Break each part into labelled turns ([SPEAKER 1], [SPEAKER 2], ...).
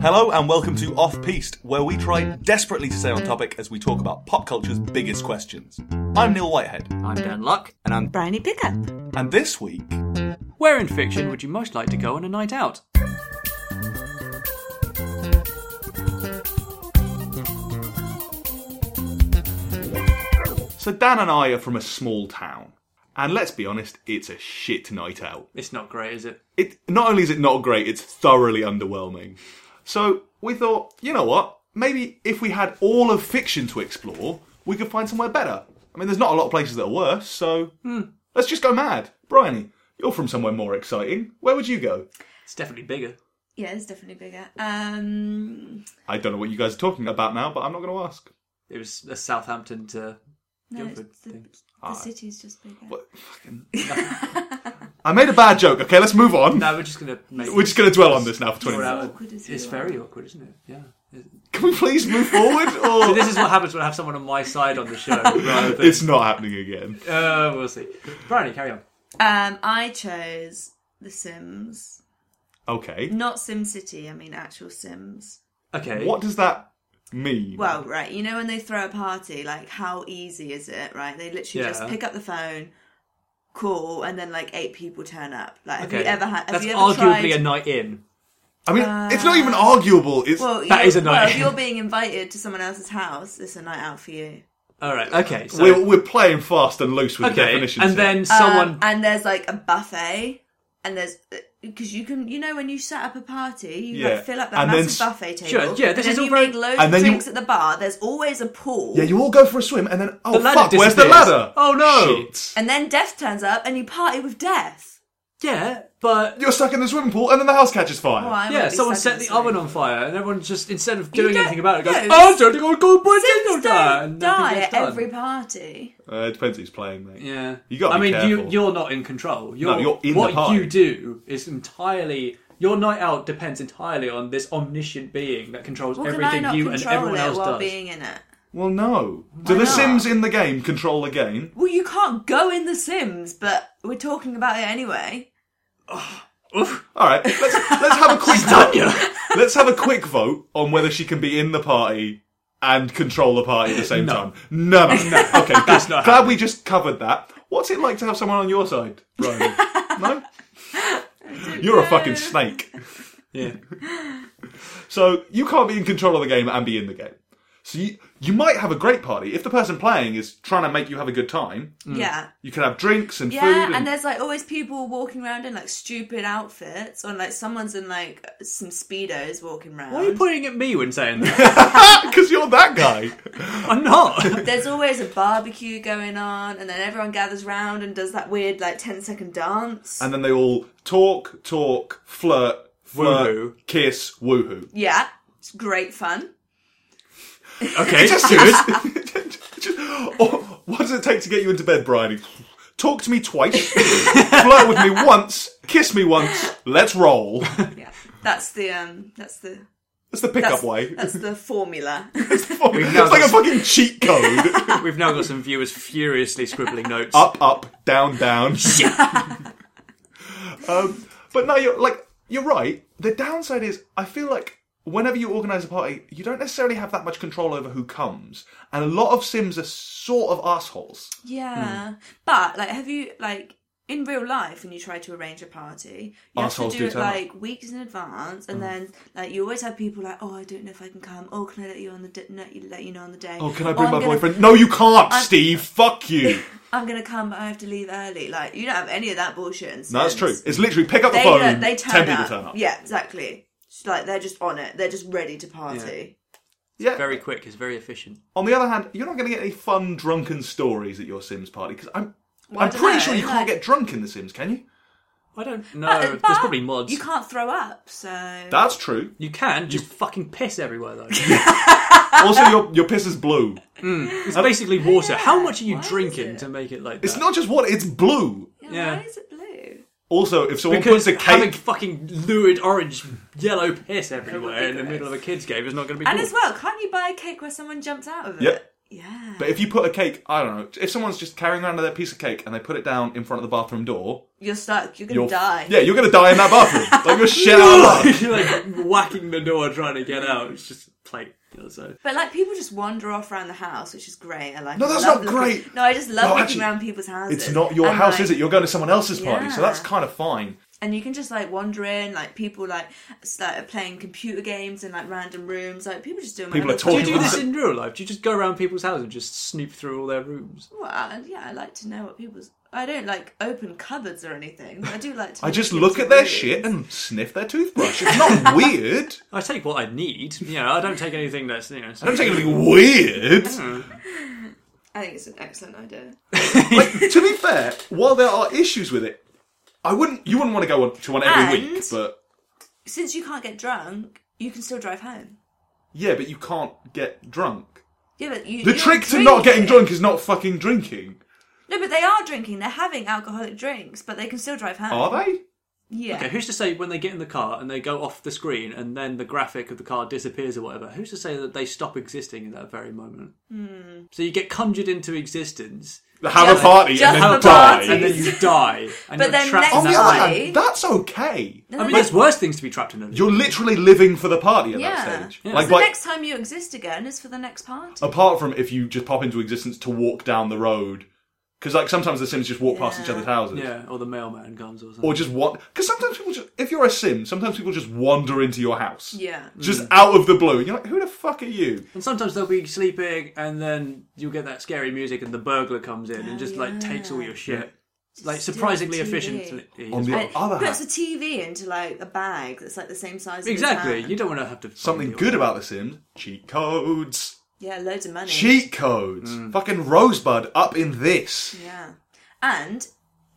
[SPEAKER 1] Hello and welcome to Off Piste, where we try desperately to stay on topic as we talk about pop culture's biggest questions. I'm Neil Whitehead,
[SPEAKER 2] I'm Dan Luck, and I'm.
[SPEAKER 3] Briny Pickup.
[SPEAKER 2] Mm-hmm.
[SPEAKER 1] and this week,
[SPEAKER 2] Where in fiction would you most like to go on a night out?
[SPEAKER 1] so Dan and I are from a small town, and let's be honest, it's a shit night out.
[SPEAKER 2] It's not great, is it?
[SPEAKER 1] It not only is it not great, it's thoroughly underwhelming. So we thought, you know what? Maybe if we had all of fiction to explore, we could find somewhere better. I mean, there's not a lot of places that are worse, so hmm, let's just go mad. Bryony, you're from somewhere more exciting. Where would you go?
[SPEAKER 2] It's definitely bigger.
[SPEAKER 3] Yeah, it's definitely bigger. Um,
[SPEAKER 1] I don't know what you guys are talking about now, but I'm not going to ask.
[SPEAKER 2] It was a Southampton to
[SPEAKER 3] no, it's
[SPEAKER 2] Guildford
[SPEAKER 3] the,
[SPEAKER 2] thing.
[SPEAKER 3] the city's just bigger.
[SPEAKER 1] What? Fucking... I made a bad joke. Okay, let's move on.
[SPEAKER 2] No, we're just gonna make.
[SPEAKER 1] We're just going to dwell on this now for 20
[SPEAKER 2] We're
[SPEAKER 1] minutes.
[SPEAKER 2] out.
[SPEAKER 3] awkward, isn't
[SPEAKER 2] It's
[SPEAKER 3] it?
[SPEAKER 2] very awkward, isn't it? Yeah.
[SPEAKER 1] Can we please move forward?
[SPEAKER 2] So
[SPEAKER 1] Or
[SPEAKER 2] this is what happens when I have someone on my side on the show. rather than-
[SPEAKER 1] it's not happening again.
[SPEAKER 2] uh, we'll see. Bryony, carry on.
[SPEAKER 3] Um, I chose The Sims,
[SPEAKER 1] Okay.
[SPEAKER 3] not Sim City. I mean, actual Sims.
[SPEAKER 2] Okay.
[SPEAKER 1] What does that mean?
[SPEAKER 3] Well, right, you know when they throw a party, like how easy is it? Right, they literally just
[SPEAKER 2] Yeah.
[SPEAKER 3] pick up the phone, call, and then like eight people turn up. Like, have
[SPEAKER 2] Okay.
[SPEAKER 3] you ever had? Have
[SPEAKER 2] That's
[SPEAKER 3] you ever
[SPEAKER 2] arguably
[SPEAKER 3] tried...
[SPEAKER 2] a night in.
[SPEAKER 1] I mean, it's not even arguable. It's
[SPEAKER 3] uh, Well,
[SPEAKER 2] That
[SPEAKER 3] you're-
[SPEAKER 2] is a night
[SPEAKER 3] Well, if
[SPEAKER 2] in.
[SPEAKER 3] you're being invited to someone else's house, it's a night out for you.
[SPEAKER 2] All right. Okay. So.
[SPEAKER 1] we're, we're playing fast and loose with the
[SPEAKER 2] okay.
[SPEAKER 1] definitions.
[SPEAKER 2] And
[SPEAKER 1] here.
[SPEAKER 2] then someone.
[SPEAKER 3] Um, and there's like a buffet, and there's because you can, you know, when you set up a party, you
[SPEAKER 1] Yeah.
[SPEAKER 3] like fill up that
[SPEAKER 1] And then
[SPEAKER 3] massive
[SPEAKER 1] s-
[SPEAKER 3] buffet table.
[SPEAKER 2] Sure, yeah, this is
[SPEAKER 3] and then
[SPEAKER 2] all
[SPEAKER 3] you
[SPEAKER 2] very-
[SPEAKER 3] make loads
[SPEAKER 1] And
[SPEAKER 3] of
[SPEAKER 1] then you-
[SPEAKER 3] drinks at the bar. There's always a pool.
[SPEAKER 1] yeah, you all go for a swim, and then oh
[SPEAKER 2] The ladder
[SPEAKER 1] fuck, where's the
[SPEAKER 2] disappears.
[SPEAKER 1] ladder?
[SPEAKER 2] Oh, no.
[SPEAKER 1] Shit.
[SPEAKER 3] and then Death turns up, and you party with Death.
[SPEAKER 2] yeah, but
[SPEAKER 1] You're stuck in the swimming pool, and then the house catches fire.
[SPEAKER 3] Oh, I
[SPEAKER 2] Yeah,
[SPEAKER 3] won't be
[SPEAKER 2] someone
[SPEAKER 3] stuck
[SPEAKER 2] set
[SPEAKER 3] in
[SPEAKER 2] the
[SPEAKER 3] swimming
[SPEAKER 2] oven
[SPEAKER 3] pool.
[SPEAKER 2] on fire, and everyone just instead of doing
[SPEAKER 3] don't-
[SPEAKER 2] anything about it goes,
[SPEAKER 3] no,
[SPEAKER 2] "Oh, don't go, go, go,
[SPEAKER 3] Sims
[SPEAKER 2] don't die!"
[SPEAKER 3] don't
[SPEAKER 2] and nothing
[SPEAKER 3] die
[SPEAKER 2] gets
[SPEAKER 3] at
[SPEAKER 2] done.
[SPEAKER 3] every party.
[SPEAKER 1] Uh, it depends who's playing, mate.
[SPEAKER 2] Yeah,
[SPEAKER 1] You gotta
[SPEAKER 2] I
[SPEAKER 1] be
[SPEAKER 2] mean, you
[SPEAKER 1] careful.
[SPEAKER 2] you're not in control. You're,
[SPEAKER 1] No, you're in the
[SPEAKER 2] what
[SPEAKER 1] party.
[SPEAKER 2] you do is entirely your night out depends entirely on this omniscient being that controls
[SPEAKER 3] Well, can I
[SPEAKER 2] everything
[SPEAKER 3] not
[SPEAKER 2] you and
[SPEAKER 3] control
[SPEAKER 2] everyone
[SPEAKER 3] it
[SPEAKER 2] else
[SPEAKER 3] while
[SPEAKER 2] does.
[SPEAKER 3] being in it?
[SPEAKER 1] Well, no. Do the
[SPEAKER 3] not?
[SPEAKER 1] Sims in the game control the game?
[SPEAKER 3] Well, you can't go in The Sims, but we're talking about it anyway.
[SPEAKER 1] All right, let's let's have a quick vote. Let's have a quick vote on whether she can be in the party and control the party at the same time. No, no, no. Okay, that's
[SPEAKER 2] not
[SPEAKER 1] glad we just covered that. What's it like to have someone on your side, Brian? no, you're a fucking snake.
[SPEAKER 2] Yeah,
[SPEAKER 1] So you can't be in control of the game and be in the game. So you, you might have a great party if the person playing is trying to make you have a good time.
[SPEAKER 2] Mm.
[SPEAKER 3] Yeah.
[SPEAKER 1] You can have drinks and food.
[SPEAKER 3] Yeah, and there's like always people walking around in like stupid outfits, or like someone's in like some speedos walking around.
[SPEAKER 2] why are you pointing at me when saying that?
[SPEAKER 1] because Ah, you're that guy.
[SPEAKER 2] I'm not.
[SPEAKER 3] there's always a barbecue going on, and then everyone gathers round and does that weird like 10 second dance.
[SPEAKER 1] and then they all talk, talk, flirt, flirt,
[SPEAKER 2] Woohoo.
[SPEAKER 1] kiss, woohoo.
[SPEAKER 3] yeah, it's great fun.
[SPEAKER 2] okay,
[SPEAKER 1] Just do it. Just- oh, what does it take to get you into bed, Bryony? Talk to me twice, flirt with me once, kiss me once. Let's roll.
[SPEAKER 3] Yeah, that's the um, that's the
[SPEAKER 1] That's the
[SPEAKER 3] that's,
[SPEAKER 1] pickup way.
[SPEAKER 3] that's the formula.
[SPEAKER 1] it's like a fucking cheat code.
[SPEAKER 2] we've now got some viewers furiously scribbling notes.
[SPEAKER 1] up, up, down, down. um, but no, you're like you're right. The downside is I feel like whenever you organise a party, you don't necessarily have that much control over who comes, and a lot of Sims are sort of assholes.
[SPEAKER 3] yeah, but like, have you like? In real life, when you try to arrange a party, you have to
[SPEAKER 1] Arseholes
[SPEAKER 3] do,
[SPEAKER 1] do
[SPEAKER 3] it
[SPEAKER 1] turn up. Mm.
[SPEAKER 3] like weeks in advance, and then like you always have people like, "Oh, I don't know if I can come. Oh, can I let you on the d- let you- let you know on the day?
[SPEAKER 1] Oh, can I bring
[SPEAKER 3] I'm
[SPEAKER 1] my
[SPEAKER 3] gonna-
[SPEAKER 1] boyfriend? No, you can't, Steve. Fuck you.
[SPEAKER 3] I'm gonna come, but I have to leave early. Like you don't have any of that bullshit. In
[SPEAKER 1] No, that's
[SPEAKER 3] Sims.
[SPEAKER 1] true. It's literally pick up the
[SPEAKER 3] They
[SPEAKER 1] phone.
[SPEAKER 3] uh, they
[SPEAKER 1] ten
[SPEAKER 3] turn
[SPEAKER 1] people
[SPEAKER 3] up.
[SPEAKER 1] turn up.
[SPEAKER 3] Yeah, exactly. It's like they're just on it. They're just ready to party.
[SPEAKER 1] Yeah.
[SPEAKER 2] Very quick. It's very efficient.
[SPEAKER 1] On the other hand, you're not going to get any fun drunken stories at your Sims party because I'm. I'm
[SPEAKER 3] dunno,
[SPEAKER 1] pretty sure you can't
[SPEAKER 3] like-
[SPEAKER 1] get drunk in The Sims, can you?
[SPEAKER 2] I don't know.
[SPEAKER 3] Uh,
[SPEAKER 2] There's
[SPEAKER 3] but
[SPEAKER 2] probably mods.
[SPEAKER 3] You can't throw up, so
[SPEAKER 1] That's true.
[SPEAKER 2] You can just fucking piss everywhere though.
[SPEAKER 1] Also, your your piss is blue.
[SPEAKER 2] It's basically water. How much are you
[SPEAKER 3] Why is
[SPEAKER 2] drinking
[SPEAKER 3] it?
[SPEAKER 2] to make it like that?
[SPEAKER 1] It's not just what it's blue.
[SPEAKER 3] yeah,
[SPEAKER 2] yeah.
[SPEAKER 3] Why is it blue?
[SPEAKER 1] Also, if someone
[SPEAKER 2] because
[SPEAKER 1] puts a
[SPEAKER 2] having
[SPEAKER 1] cake,
[SPEAKER 2] fucking lurid orange, yellow piss everywhere in the
[SPEAKER 3] ridiculous.
[SPEAKER 2] middle of a kids' game is not going to be.
[SPEAKER 3] And
[SPEAKER 2] cool.
[SPEAKER 3] as well, can't you buy a cake where someone jumps out of it?
[SPEAKER 1] Yep.
[SPEAKER 3] Yeah.
[SPEAKER 1] But if you put a cake, I don't know, if someone's just carrying around their piece of cake and they put it down in front of the bathroom door,
[SPEAKER 3] you're stuck. You're gonna
[SPEAKER 1] you're
[SPEAKER 3] die.
[SPEAKER 1] Yeah, you're gonna die in that bathroom. like you're shit out of luck.
[SPEAKER 2] like whacking the door trying to get out. It's just plate. you know, So
[SPEAKER 3] But like people just wander off around the house, which is great. I like.
[SPEAKER 1] No,
[SPEAKER 3] I
[SPEAKER 1] that's
[SPEAKER 3] love
[SPEAKER 1] not
[SPEAKER 3] looking-
[SPEAKER 1] great.
[SPEAKER 3] No, I just love
[SPEAKER 1] No,
[SPEAKER 3] looking
[SPEAKER 1] actually,
[SPEAKER 3] around people's houses.
[SPEAKER 1] It's not your
[SPEAKER 3] And,
[SPEAKER 1] house,
[SPEAKER 3] like,
[SPEAKER 1] is it? You're going to someone else's party, so
[SPEAKER 3] Yeah.
[SPEAKER 1] that's kind of fine.
[SPEAKER 3] And you can just like wander in, like people like s- like, are playing computer games in like random rooms. Like people just doing.
[SPEAKER 1] People
[SPEAKER 3] whatever.
[SPEAKER 1] are talking
[SPEAKER 2] do you do
[SPEAKER 1] about
[SPEAKER 2] this
[SPEAKER 1] it.
[SPEAKER 2] in real life? Do you just go around people's houses and just snoop through all their rooms?
[SPEAKER 3] Well, I- yeah, I like to know what people's. I don't like open cupboards or anything. but I do like to.
[SPEAKER 1] I
[SPEAKER 3] know
[SPEAKER 1] just
[SPEAKER 3] people's
[SPEAKER 1] look at their
[SPEAKER 3] rooms.
[SPEAKER 1] shit and sniff their toothbrush. It's not weird.
[SPEAKER 2] I take what I need. You know, I don't take anything that's you know.
[SPEAKER 1] I don't take anything weird.
[SPEAKER 3] Mm. I think it's an excellent idea.
[SPEAKER 1] Like, to be fair, while there are issues with it, I wouldn't. You wouldn't want to go on to one every
[SPEAKER 3] And-
[SPEAKER 1] week, but
[SPEAKER 3] Since you can't get drunk, you can still drive home.
[SPEAKER 1] yeah, but you can't get drunk.
[SPEAKER 3] Yeah, but you.
[SPEAKER 1] The
[SPEAKER 3] you're
[SPEAKER 1] trick to not getting
[SPEAKER 3] drinking.
[SPEAKER 1] drunk is not fucking drinking.
[SPEAKER 3] No, but they are drinking. They're having alcoholic drinks, but they can still drive home.
[SPEAKER 1] Are they?
[SPEAKER 3] Yeah.
[SPEAKER 2] Okay, who's to say when they get in the car and they go off the screen and then the graphic of the car disappears or whatever? Who's to say that they stop existing at that very moment?
[SPEAKER 3] Hmm.
[SPEAKER 2] So you get conjured into existence,
[SPEAKER 1] They have
[SPEAKER 3] Just-
[SPEAKER 1] a party
[SPEAKER 3] just
[SPEAKER 1] and
[SPEAKER 3] the
[SPEAKER 1] then
[SPEAKER 3] party.
[SPEAKER 2] and
[SPEAKER 1] die.
[SPEAKER 2] then you die, and
[SPEAKER 3] But
[SPEAKER 2] you're
[SPEAKER 3] then
[SPEAKER 2] trapped
[SPEAKER 3] next Oh
[SPEAKER 1] On
[SPEAKER 2] in
[SPEAKER 1] the
[SPEAKER 2] that
[SPEAKER 1] other
[SPEAKER 3] Exactly.
[SPEAKER 1] hand, that's okay.
[SPEAKER 2] I mean, there's worse things to be trapped in. Than
[SPEAKER 1] You're literally living for the party at that
[SPEAKER 3] Yeah.
[SPEAKER 1] stage.
[SPEAKER 2] Yeah.
[SPEAKER 1] Like, Oh,
[SPEAKER 3] So
[SPEAKER 1] by-
[SPEAKER 3] next time you exist again is for the next party.
[SPEAKER 1] apart from if you just pop into existence to walk down the road, because like sometimes the Sims just walk past each
[SPEAKER 3] Yeah.
[SPEAKER 1] other's houses,
[SPEAKER 2] yeah, or the mailman comes or something.
[SPEAKER 1] or just what? Because sometimes people just, if you're a Sim, sometimes people just wander into your house,
[SPEAKER 3] Yeah.
[SPEAKER 1] just out of the blue. And you're like, who the fuck are you?
[SPEAKER 2] And sometimes they'll be sleeping, and then you'll get that scary music, and the burglar comes in and just like
[SPEAKER 3] Oh, yeah.
[SPEAKER 2] takes all your shit, like
[SPEAKER 3] steal
[SPEAKER 2] surprisingly
[SPEAKER 3] the TV.
[SPEAKER 2] efficiently.
[SPEAKER 1] On the
[SPEAKER 3] And
[SPEAKER 1] other
[SPEAKER 3] puts
[SPEAKER 1] hand,
[SPEAKER 3] a TV into like a bag that's like the same size.
[SPEAKER 2] exactly,
[SPEAKER 3] As
[SPEAKER 2] you don't want to have to
[SPEAKER 1] something good about the Sims: cheat codes.
[SPEAKER 3] yeah, loads of money.
[SPEAKER 1] Cheat codes. Fucking Rosebud up in this.
[SPEAKER 3] Yeah, and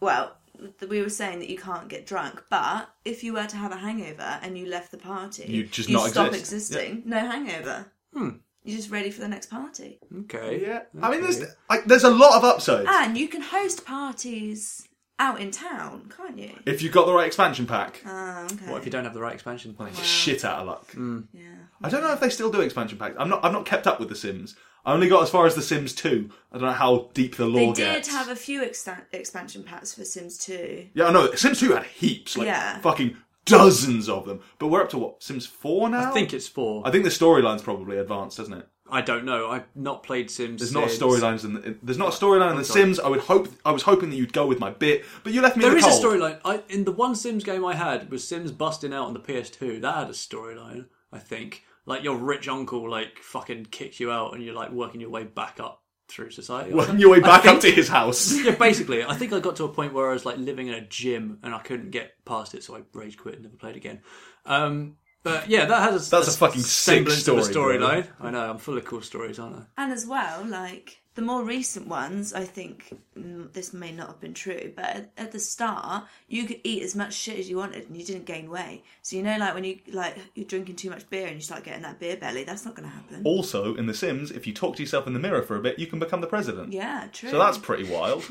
[SPEAKER 3] well, th- we were saying that you can't get drunk, but if you were to have a hangover and you left the party,
[SPEAKER 1] You'd just
[SPEAKER 3] you'd
[SPEAKER 1] not
[SPEAKER 3] stop
[SPEAKER 1] exist. Hmm.
[SPEAKER 3] existing. No hangover. You're just ready for the next party,
[SPEAKER 2] Okay,
[SPEAKER 1] Yeah, I mean, there's like there's a lot of upsides.
[SPEAKER 3] and you can host parties out in town, can't you?
[SPEAKER 1] if you've got the right expansion pack,
[SPEAKER 3] Oh, okay.
[SPEAKER 2] What if you don't have the right expansion?
[SPEAKER 1] like, shit out of luck.
[SPEAKER 2] Hmm.
[SPEAKER 3] yeah.
[SPEAKER 1] I don't know if they still do expansion packs. I'm not. I've not kept up with The Sims. I only got as far as The Sims Two. I don't know how deep the
[SPEAKER 3] They
[SPEAKER 1] lore
[SPEAKER 3] did
[SPEAKER 1] gets.
[SPEAKER 3] have a few exta- expansion packs for Sims 2.
[SPEAKER 1] yeah, I know. Sims Two had heaps, like
[SPEAKER 3] Yeah.
[SPEAKER 1] fucking dozens of them. But we're up to what Sims Four now.
[SPEAKER 2] I think it's four.
[SPEAKER 1] I think the storyline's probably advanced, isn't it?
[SPEAKER 2] I don't know. I've not played Sims.
[SPEAKER 1] There's not a
[SPEAKER 2] since.
[SPEAKER 1] storyline in the, there's not a storyline in
[SPEAKER 2] Oh,
[SPEAKER 1] The Sims. I would hope I was hoping that you'd go with my bit, but you left me
[SPEAKER 2] There
[SPEAKER 1] in the
[SPEAKER 2] is a
[SPEAKER 1] cold.
[SPEAKER 2] storyline. I in the one Sims game I had was Sims busting out on the PS2. That had a storyline, I think. Like your rich uncle, like fucking kicks you out, and you're like working your way back up through society. or
[SPEAKER 1] Working your way
[SPEAKER 2] I
[SPEAKER 1] back
[SPEAKER 2] think-
[SPEAKER 1] up to his house.
[SPEAKER 2] yeah, basically, I think I got to a point where I was like living in a gym and I couldn't get past it, so I rage quit and never played again. Um, but yeah, that has a,
[SPEAKER 1] That's a fucking sick
[SPEAKER 2] semblance of a
[SPEAKER 1] story, bro.
[SPEAKER 2] storyline. I know I'm full of cool stories, aren't I?
[SPEAKER 3] And as well, like the more recent ones, I think mm, this may not have been true, but at, at the start, you could eat as much shit as you wanted and you didn't gain weight. So you know, like when you like you're drinking too much beer and you start getting that beer belly, that's not going to happen.
[SPEAKER 1] Also, in The Sims, if you talk to yourself in the mirror for a bit, you can become the president.
[SPEAKER 3] Yeah, true.
[SPEAKER 1] So that's pretty wild.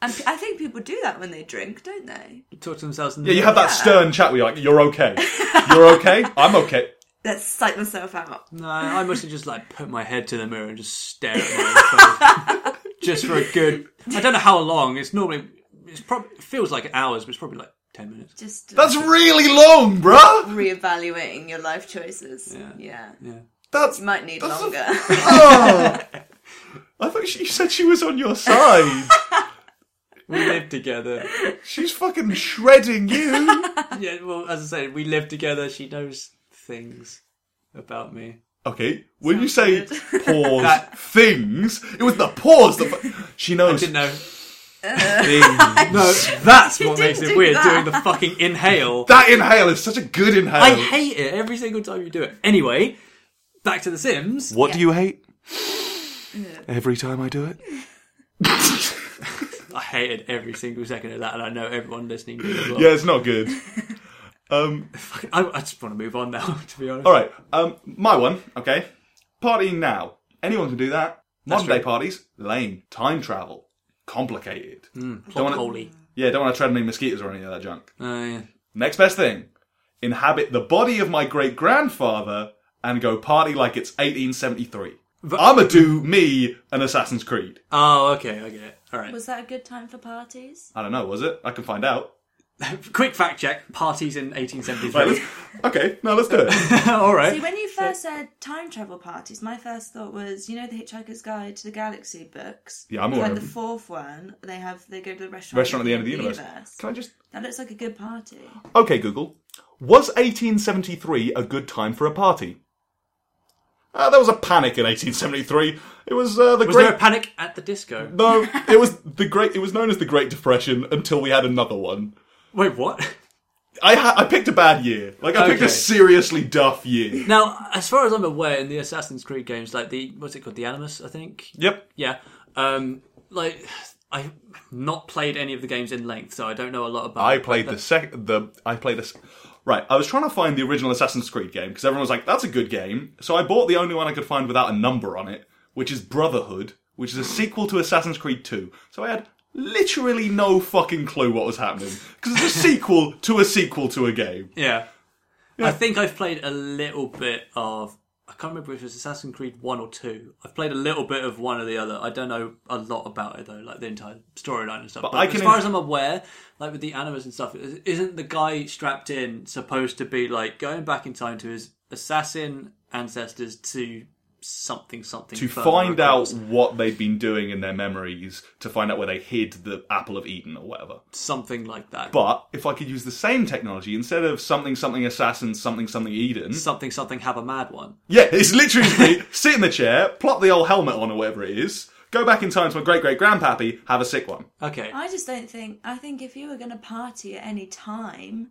[SPEAKER 3] and p- I think people do that when they drink, don't they?
[SPEAKER 2] Talk to themselves. In the
[SPEAKER 1] Yeah, you have that stern chat where you're like, "You're okay. You're okay. I'm okay."
[SPEAKER 3] Let's psych myself out.
[SPEAKER 2] No, I must have just like put my head to the mirror and just stare at my own face. just for a good. I don't know how long. It's normally. It's probably it feels like hours, but it's probably like ten minutes.
[SPEAKER 3] Just
[SPEAKER 1] That's really long, bruh.
[SPEAKER 3] reevaluating your life choices. Yeah,
[SPEAKER 2] Yeah.
[SPEAKER 1] That's
[SPEAKER 3] you might need
[SPEAKER 1] That's a-
[SPEAKER 3] longer.
[SPEAKER 1] oh. I thought she, you said she was on your side.
[SPEAKER 2] We lived together.
[SPEAKER 1] She's fucking shredding you.
[SPEAKER 2] Yeah, well, as I said, we live together. She knows things about me.
[SPEAKER 1] Okay, when you say
[SPEAKER 3] Sounds
[SPEAKER 1] pause
[SPEAKER 2] That-
[SPEAKER 1] things, it was the pause that fu- she knows
[SPEAKER 2] Didn't know.
[SPEAKER 1] things.
[SPEAKER 2] No, that's what
[SPEAKER 3] didn't
[SPEAKER 2] makes it
[SPEAKER 3] do
[SPEAKER 2] weird.
[SPEAKER 3] that.
[SPEAKER 2] Doing the fucking inhale.
[SPEAKER 1] That inhale is such a good inhale.
[SPEAKER 2] I hate it every single time you do it. Anyway, back to The Sims.
[SPEAKER 1] what do you hate? Every time I do it.
[SPEAKER 2] I hated every single second of that, and I know everyone listening did as well.
[SPEAKER 1] Yeah, it's not good. Um,
[SPEAKER 2] I, I just want to move on now, to be honest.
[SPEAKER 1] All right, um, my one. Okay, partying now. Anyone can do that. Modern day
[SPEAKER 2] true.
[SPEAKER 1] parties, lame. Time travel, complicated. don't wanna-
[SPEAKER 2] Holy.
[SPEAKER 1] Yeah, don't want to tread on any mosquitoes or any of that junk.
[SPEAKER 2] Uh, yeah.
[SPEAKER 1] Next best thing: inhabit the body of my great grandfather and go party like it's 1873. I'ma do me an Assassin's Creed.
[SPEAKER 2] Oh, okay, I get it. All right.
[SPEAKER 3] Was that a good time for parties?
[SPEAKER 1] I don't know, was it? I can find out.
[SPEAKER 2] Quick fact check. Parties in
[SPEAKER 1] Right,
[SPEAKER 2] 1873.
[SPEAKER 1] let's- okay, now let's do it.
[SPEAKER 2] All right.
[SPEAKER 3] See, when you first said time travel parties, my first thought was, you know, the Hitchhiker's Guide to the Galaxy books.
[SPEAKER 1] Yeah, I'm aware
[SPEAKER 3] like
[SPEAKER 1] of
[SPEAKER 3] the
[SPEAKER 1] them.
[SPEAKER 3] fourth one. They have they go to the restaurant.
[SPEAKER 1] Restaurant at the end of the universe. Can I just
[SPEAKER 3] That looks like a good party.
[SPEAKER 1] Okay, Google. Was 1873 a good time for a party? Uh, there was a panic in 1873. It was uh, the
[SPEAKER 2] Was
[SPEAKER 1] great.
[SPEAKER 2] there a panic at the disco?
[SPEAKER 1] no, it was the great. It was known as the Great Depression until we had another one.
[SPEAKER 2] Wait, what?
[SPEAKER 1] I ha- I picked a bad year. Like I picked a
[SPEAKER 2] Okay.
[SPEAKER 1] seriously duff year.
[SPEAKER 2] Now, as far as I'm aware, in the Assassin's Creed games, like the what's it called, the Animus, I think.
[SPEAKER 1] yep.
[SPEAKER 2] Yeah. Um, like I've not played any of the games in length, so I don't know a lot about.
[SPEAKER 1] I
[SPEAKER 2] it.
[SPEAKER 1] played the sec. The I played a. s- Right, I was trying to find the original Assassin's Creed game because everyone was like, "That's a good game." So I bought the only one I could find without a number on it, which is Brotherhood, which is a sequel to Assassin's Creed Two. So I had literally no fucking clue what was happening because it's a sequel to a sequel to a game.
[SPEAKER 2] Yeah. I think I've played a little bit of. I can't remember if it was Assassin's Creed 1 or 2. I've played a little bit of one or the other. I don't know a lot about it, though, like the entire storyline and stuff. But,
[SPEAKER 1] I can-
[SPEAKER 2] as far as I'm aware, like with the animus and stuff, is- isn't the guy strapped in supposed to be like going back in time to his assassin ancestors to something, something?
[SPEAKER 1] To
[SPEAKER 2] further
[SPEAKER 1] find out
[SPEAKER 2] across?
[SPEAKER 1] what they'd been doing in their memories, to find out where they hid the apple of Eden or whatever.
[SPEAKER 2] Something like that.
[SPEAKER 1] But if I could use the same technology instead of something something assassin something something Eden,
[SPEAKER 2] something, something, have a mad one.
[SPEAKER 1] Yeah, it's literally just me sit in the chair, plop the old helmet on or whatever it is, go back in time to my great great grandpappy, have a sick one.
[SPEAKER 2] Okay.
[SPEAKER 3] I just don't think. I think if you were going to party at any time,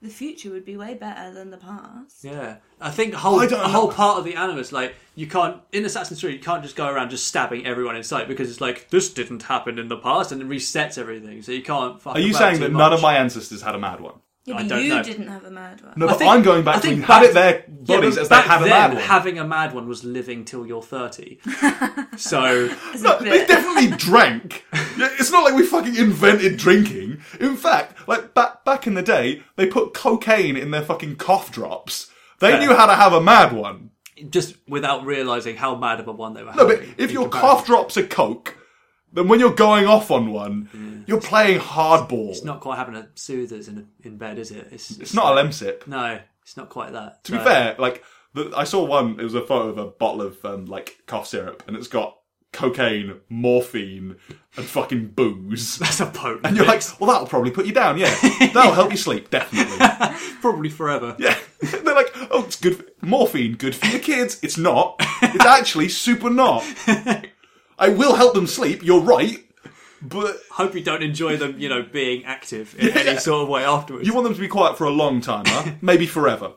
[SPEAKER 3] the future would be way better than the past.
[SPEAKER 2] Yeah, I think the whole
[SPEAKER 1] I
[SPEAKER 2] a
[SPEAKER 1] don't know.
[SPEAKER 2] whole part of the animus, like you can't in Assassin's Creed, you can't just go around just stabbing everyone in sight because it's like this didn't happen in the past and it resets everything, so you can't. Fuck
[SPEAKER 1] Are you saying that none of my ancestors had a mad one?
[SPEAKER 3] Yeah,
[SPEAKER 2] I
[SPEAKER 3] but
[SPEAKER 2] don't
[SPEAKER 3] you
[SPEAKER 2] know.
[SPEAKER 3] didn't have a mad one.
[SPEAKER 1] No, but
[SPEAKER 2] think-
[SPEAKER 1] I'm going back
[SPEAKER 2] I
[SPEAKER 1] to
[SPEAKER 2] think
[SPEAKER 1] we had
[SPEAKER 2] back-
[SPEAKER 1] it their
[SPEAKER 2] yeah,
[SPEAKER 1] bodies
[SPEAKER 2] but
[SPEAKER 1] as they
[SPEAKER 2] back
[SPEAKER 1] had a
[SPEAKER 2] then,
[SPEAKER 1] mad one.
[SPEAKER 2] having a mad one was living till you're thirty. so
[SPEAKER 3] It's a
[SPEAKER 1] No, they
[SPEAKER 3] bit-
[SPEAKER 1] definitely drank. Yeah, It's not like we fucking invented drinking. In fact, like back back in the day, they put cocaine in their fucking cough drops. They
[SPEAKER 2] Yeah.
[SPEAKER 1] knew how to have a mad one.
[SPEAKER 2] just without realizing how mad of a one they were.
[SPEAKER 1] No,
[SPEAKER 2] having
[SPEAKER 1] but
[SPEAKER 2] in
[SPEAKER 1] if your
[SPEAKER 2] comparison.
[SPEAKER 1] cough drops are coke, then when you're going off on one, you're playing hardball.
[SPEAKER 2] it's not quite having a soothers in in bed, is it? It's,
[SPEAKER 1] It's not a lemsip.
[SPEAKER 2] No, it's not quite that.
[SPEAKER 1] To be fair, like the, I saw one. It was a photo of a bottle of um, like cough syrup, and it's got cocaine, morphine, and fucking booze.
[SPEAKER 2] that's a potent.
[SPEAKER 1] And you're like, well, that'll probably put you down. Yeah, that'll help you sleep definitely.
[SPEAKER 2] probably forever.
[SPEAKER 1] Yeah. They're like, oh, it's good. For, morphine, good for your kids. It's not. It's actually super not. I will help them sleep. You're right, but
[SPEAKER 2] hope you don't enjoy them, you know, being active in any sort of way afterwards.
[SPEAKER 1] you
[SPEAKER 2] You
[SPEAKER 1] want them to be quiet for a long time, huh? Maybe forever.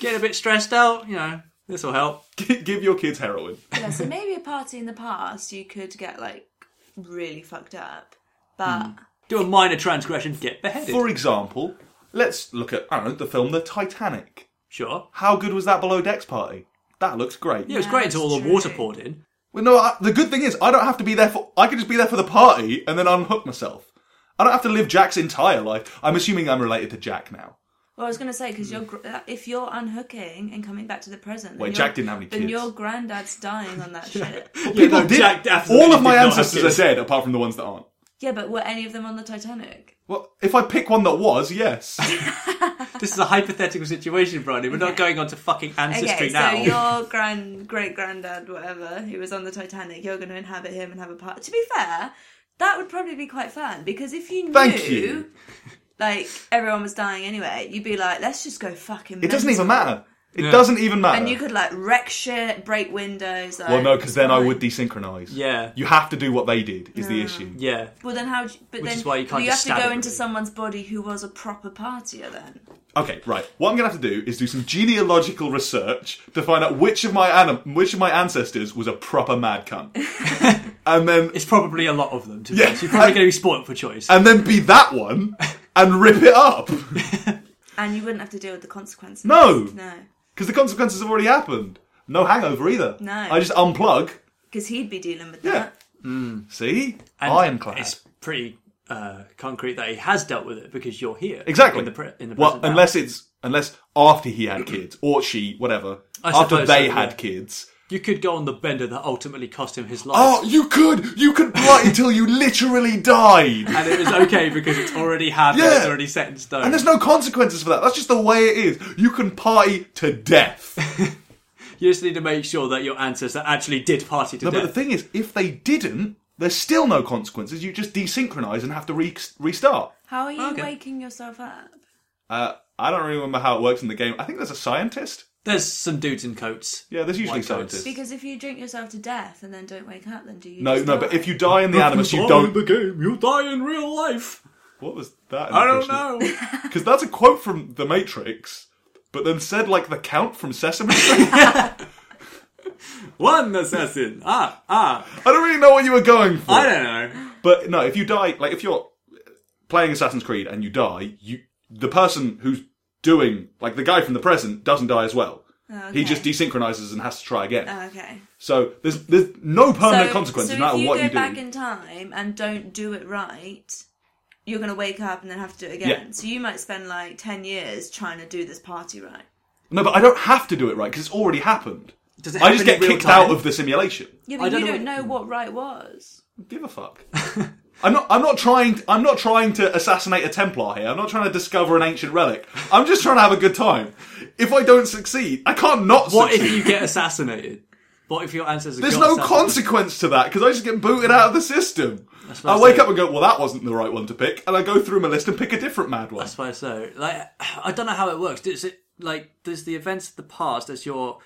[SPEAKER 2] get a bit stressed out, you know, this will help.
[SPEAKER 1] G- Give your kids heroin.
[SPEAKER 3] yeah, so maybe a party in the past, you could get like really fucked up, but
[SPEAKER 1] Hmm.
[SPEAKER 2] Do a minor transgression, get beheaded.
[SPEAKER 1] For example, let's look at I don't know the film The Titanic.
[SPEAKER 2] sure.
[SPEAKER 1] How good was that below decks party? That looks great.
[SPEAKER 2] Yeah, it was
[SPEAKER 3] Yeah,
[SPEAKER 2] great until all
[SPEAKER 3] that's
[SPEAKER 2] the water
[SPEAKER 3] true.
[SPEAKER 2] poured in.
[SPEAKER 1] Well, no, I, the good thing is I don't have to be there for. I can just be there for the party and then unhook myself. I don't have to live Jack's entire life. I'm assuming I'm related to Jack now.
[SPEAKER 3] well, I was going to say because you're gr- uh, if you're unhooking and coming back to the present, then
[SPEAKER 1] Hmm. Wait,
[SPEAKER 3] your-
[SPEAKER 1] Jack didn't have any
[SPEAKER 3] Then
[SPEAKER 1] kids.
[SPEAKER 3] your granddad's dying on that shit.
[SPEAKER 1] People
[SPEAKER 2] no,
[SPEAKER 1] did.
[SPEAKER 2] Jack definitely
[SPEAKER 1] all of my
[SPEAKER 2] did not have
[SPEAKER 1] ancestors
[SPEAKER 2] kids.
[SPEAKER 1] are dead, apart from the ones that aren't.
[SPEAKER 3] Yeah, but were any of them on the Titanic?
[SPEAKER 1] Well, if I pick one that was, yes.
[SPEAKER 2] This is a hypothetical situation, Bronny. We're not going on to fucking ancestry
[SPEAKER 3] Okay, so
[SPEAKER 2] now.
[SPEAKER 3] your grand great granddad, whatever, who was on the Titanic, you're going to inhabit him and have a party. To be fair, that would probably be quite fun because if you knew,
[SPEAKER 1] Thank you.
[SPEAKER 3] like everyone was dying anyway, you'd be like, let's just go fucking.
[SPEAKER 1] It doesn't even
[SPEAKER 3] mental.
[SPEAKER 1] matter. It
[SPEAKER 2] Yeah.
[SPEAKER 1] doesn't even matter.
[SPEAKER 3] And you could like wreck shit, break windows. Like,
[SPEAKER 1] Oh. well, no, because then I
[SPEAKER 3] fine.
[SPEAKER 1] would desynchronize.
[SPEAKER 2] Yeah.
[SPEAKER 1] You have to do what they did. Is the issue?
[SPEAKER 2] yeah.
[SPEAKER 3] Well, then how? Do you, but
[SPEAKER 2] Which
[SPEAKER 3] then
[SPEAKER 2] is why you can't
[SPEAKER 3] you have
[SPEAKER 2] just
[SPEAKER 3] to go
[SPEAKER 2] stab
[SPEAKER 3] into
[SPEAKER 2] everybody.
[SPEAKER 3] someone's body who was a proper partier. Then
[SPEAKER 1] Okay, right. What I'm gonna have to do is do some genealogical research to find out which of my anim- which of my ancestors was a proper mad cunt, and then
[SPEAKER 2] It's probably a lot of them, to be
[SPEAKER 1] Yeah.
[SPEAKER 2] honest. You're probably going to be spoilt for choice.
[SPEAKER 1] and then be that one and rip it up
[SPEAKER 3] and you wouldn't have to deal with the consequences.
[SPEAKER 1] No.
[SPEAKER 3] no,
[SPEAKER 1] because the consequences have already happened. No hangover either.
[SPEAKER 3] No.
[SPEAKER 1] I just unplug.
[SPEAKER 3] because he'd be dealing with
[SPEAKER 1] Yeah.
[SPEAKER 3] that.
[SPEAKER 1] See,
[SPEAKER 2] And
[SPEAKER 1] ironclad.
[SPEAKER 2] It's pretty uh, concrete that he has dealt with it because you're here.
[SPEAKER 1] exactly.
[SPEAKER 2] In the, pre- in the
[SPEAKER 1] well,
[SPEAKER 2] present now.
[SPEAKER 1] unless it's unless after he had kids or she, whatever,
[SPEAKER 2] I
[SPEAKER 1] after
[SPEAKER 2] suppose
[SPEAKER 1] they
[SPEAKER 2] so,
[SPEAKER 1] had
[SPEAKER 2] yeah.
[SPEAKER 1] kids,
[SPEAKER 2] You could go on the bender that ultimately cost him his life.
[SPEAKER 1] Oh, you could! You could blight until you literally died!
[SPEAKER 2] And it was okay because it's already happened,
[SPEAKER 1] Yeah.
[SPEAKER 2] it's already set in stone.
[SPEAKER 1] And there's no consequences for that. That's just the way it is. You can party to death.
[SPEAKER 2] You just need to make sure that your ancestor actually did party to
[SPEAKER 1] No,
[SPEAKER 2] death.
[SPEAKER 1] but the thing is, if they didn't, there's still no consequences. You just desynchronize and have to re- restart.
[SPEAKER 3] How are you
[SPEAKER 2] Okay.
[SPEAKER 3] waking yourself up?
[SPEAKER 1] Uh, I don't really remember how it works in the game. I think there's a scientist.
[SPEAKER 2] There's some dudes in coats.
[SPEAKER 1] Yeah, there's usually
[SPEAKER 2] White coats.
[SPEAKER 1] scientists.
[SPEAKER 3] Because if you drink yourself to death and then don't wake up, then do you?
[SPEAKER 1] No,
[SPEAKER 3] just
[SPEAKER 1] no,
[SPEAKER 3] die?
[SPEAKER 1] but if you die in the Animus, you
[SPEAKER 2] die in
[SPEAKER 1] don't.
[SPEAKER 2] the game. You die in real life.
[SPEAKER 1] What was that?
[SPEAKER 2] I don't know.
[SPEAKER 1] Because that's a quote from The Matrix, but then said like the Count from Sesame Street. I
[SPEAKER 2] One assassin. Ah, ah.
[SPEAKER 1] don't really know what you were going for.
[SPEAKER 2] I don't know.
[SPEAKER 1] But no, if you die, like if you're playing Assassin's Creed and you die, you the person who's doing like the guy from the present doesn't die as well.
[SPEAKER 3] Okay.
[SPEAKER 1] He just desynchronizes and has to try again.
[SPEAKER 3] Oh, okay.
[SPEAKER 1] so there's there's no permanent
[SPEAKER 3] so,
[SPEAKER 1] consequences
[SPEAKER 3] so
[SPEAKER 1] no matter
[SPEAKER 3] if you
[SPEAKER 1] what
[SPEAKER 3] go
[SPEAKER 1] you do.
[SPEAKER 3] back in time and don't do it right, you're going to wake up and then have to do it again.
[SPEAKER 1] Yeah.
[SPEAKER 3] So you might spend like ten years trying to do this party right.
[SPEAKER 1] no, but I don't have to do it right because it's already happened.
[SPEAKER 2] Does it
[SPEAKER 1] I just
[SPEAKER 2] happen in
[SPEAKER 1] get
[SPEAKER 2] real
[SPEAKER 1] kicked
[SPEAKER 2] time?
[SPEAKER 1] out of the simulation.
[SPEAKER 3] Yeah,
[SPEAKER 2] I
[SPEAKER 3] but
[SPEAKER 2] don't
[SPEAKER 3] you
[SPEAKER 2] know
[SPEAKER 3] don't know what right was.
[SPEAKER 1] Give a fuck. I'm not. I'm not trying. I'm not trying to assassinate a Templar here. I'm not trying to discover an ancient relic. I'm just trying to have a good time. If I don't succeed, I can't not
[SPEAKER 2] What
[SPEAKER 1] succeed.
[SPEAKER 2] if you get assassinated? What if your ancestor
[SPEAKER 1] There's
[SPEAKER 2] got
[SPEAKER 1] no
[SPEAKER 2] assassinated?
[SPEAKER 1] consequence to that because I just get booted out of the system.
[SPEAKER 2] what
[SPEAKER 1] I
[SPEAKER 2] I'm
[SPEAKER 1] wake
[SPEAKER 2] saying.
[SPEAKER 1] up and go, well, that wasn't the right one to pick, and I go through my list and pick a different mad one.
[SPEAKER 2] That's why I say, like, I don't know how it works. Does it like does the events of the past as you're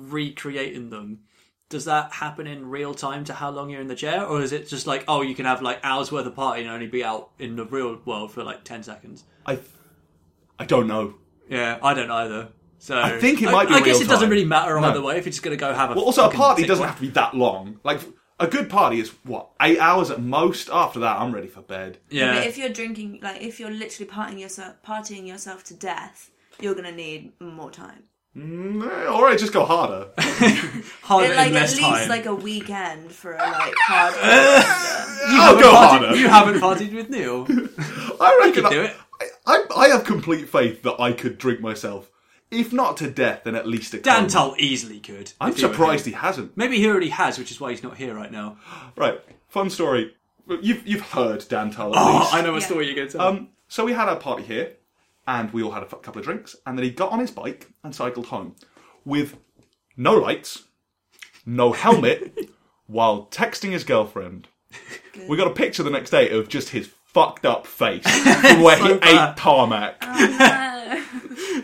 [SPEAKER 2] recreating them? Does that happen in real time to how long you're in the chair, or is it just like, oh, you can have like hours worth of party and only be out in the real world for like ten seconds?
[SPEAKER 1] I, I don't know.
[SPEAKER 2] Yeah, I don't either. So I
[SPEAKER 1] think it might be
[SPEAKER 2] I, guess
[SPEAKER 1] real
[SPEAKER 2] it doesn't
[SPEAKER 1] time.
[SPEAKER 2] really matter
[SPEAKER 1] No.
[SPEAKER 2] either way if you're just gonna go have a.
[SPEAKER 1] But also, a
[SPEAKER 2] fucking
[SPEAKER 1] party
[SPEAKER 2] sick
[SPEAKER 1] doesn't
[SPEAKER 2] one.
[SPEAKER 1] have to be that long. Like a good party is what eight hours at most. After that, I'm ready for bed.
[SPEAKER 2] Yeah,
[SPEAKER 3] But if you're drinking, like if you're literally partying yourself, partying yourself to death, you're going to need more time.
[SPEAKER 1] Mm, Or I just go harder.
[SPEAKER 2] harder
[SPEAKER 3] like
[SPEAKER 2] in
[SPEAKER 3] at
[SPEAKER 2] less
[SPEAKER 3] least
[SPEAKER 2] time.
[SPEAKER 3] like a weekend for a like hard.
[SPEAKER 1] I'll go harder.
[SPEAKER 2] Oh, You haven't partied with Neil.
[SPEAKER 1] I reckon
[SPEAKER 2] could do
[SPEAKER 1] I,
[SPEAKER 2] it.
[SPEAKER 1] I, I, I have complete faith that I could drink myself, if not to death, then at least a
[SPEAKER 2] Dan
[SPEAKER 1] coma.
[SPEAKER 2] Tull easily could.
[SPEAKER 1] I'm
[SPEAKER 2] if he were
[SPEAKER 1] surprised
[SPEAKER 2] here.
[SPEAKER 1] he hasn't.
[SPEAKER 2] Maybe he already has, which is why he's not here right now.
[SPEAKER 1] Right, fun story. You've you've heard Dan Tull at
[SPEAKER 2] Oh,
[SPEAKER 1] least.
[SPEAKER 2] I know a
[SPEAKER 3] Yeah.
[SPEAKER 2] story you're going to tell.
[SPEAKER 1] Um, so we had our party here, and we all had a f- couple of drinks, and then he got on his bike and cycled home with no lights, no helmet, while texting his girlfriend. We got a picture the next day of just his fucked up face from where he ate
[SPEAKER 2] bad.
[SPEAKER 1] tarmac.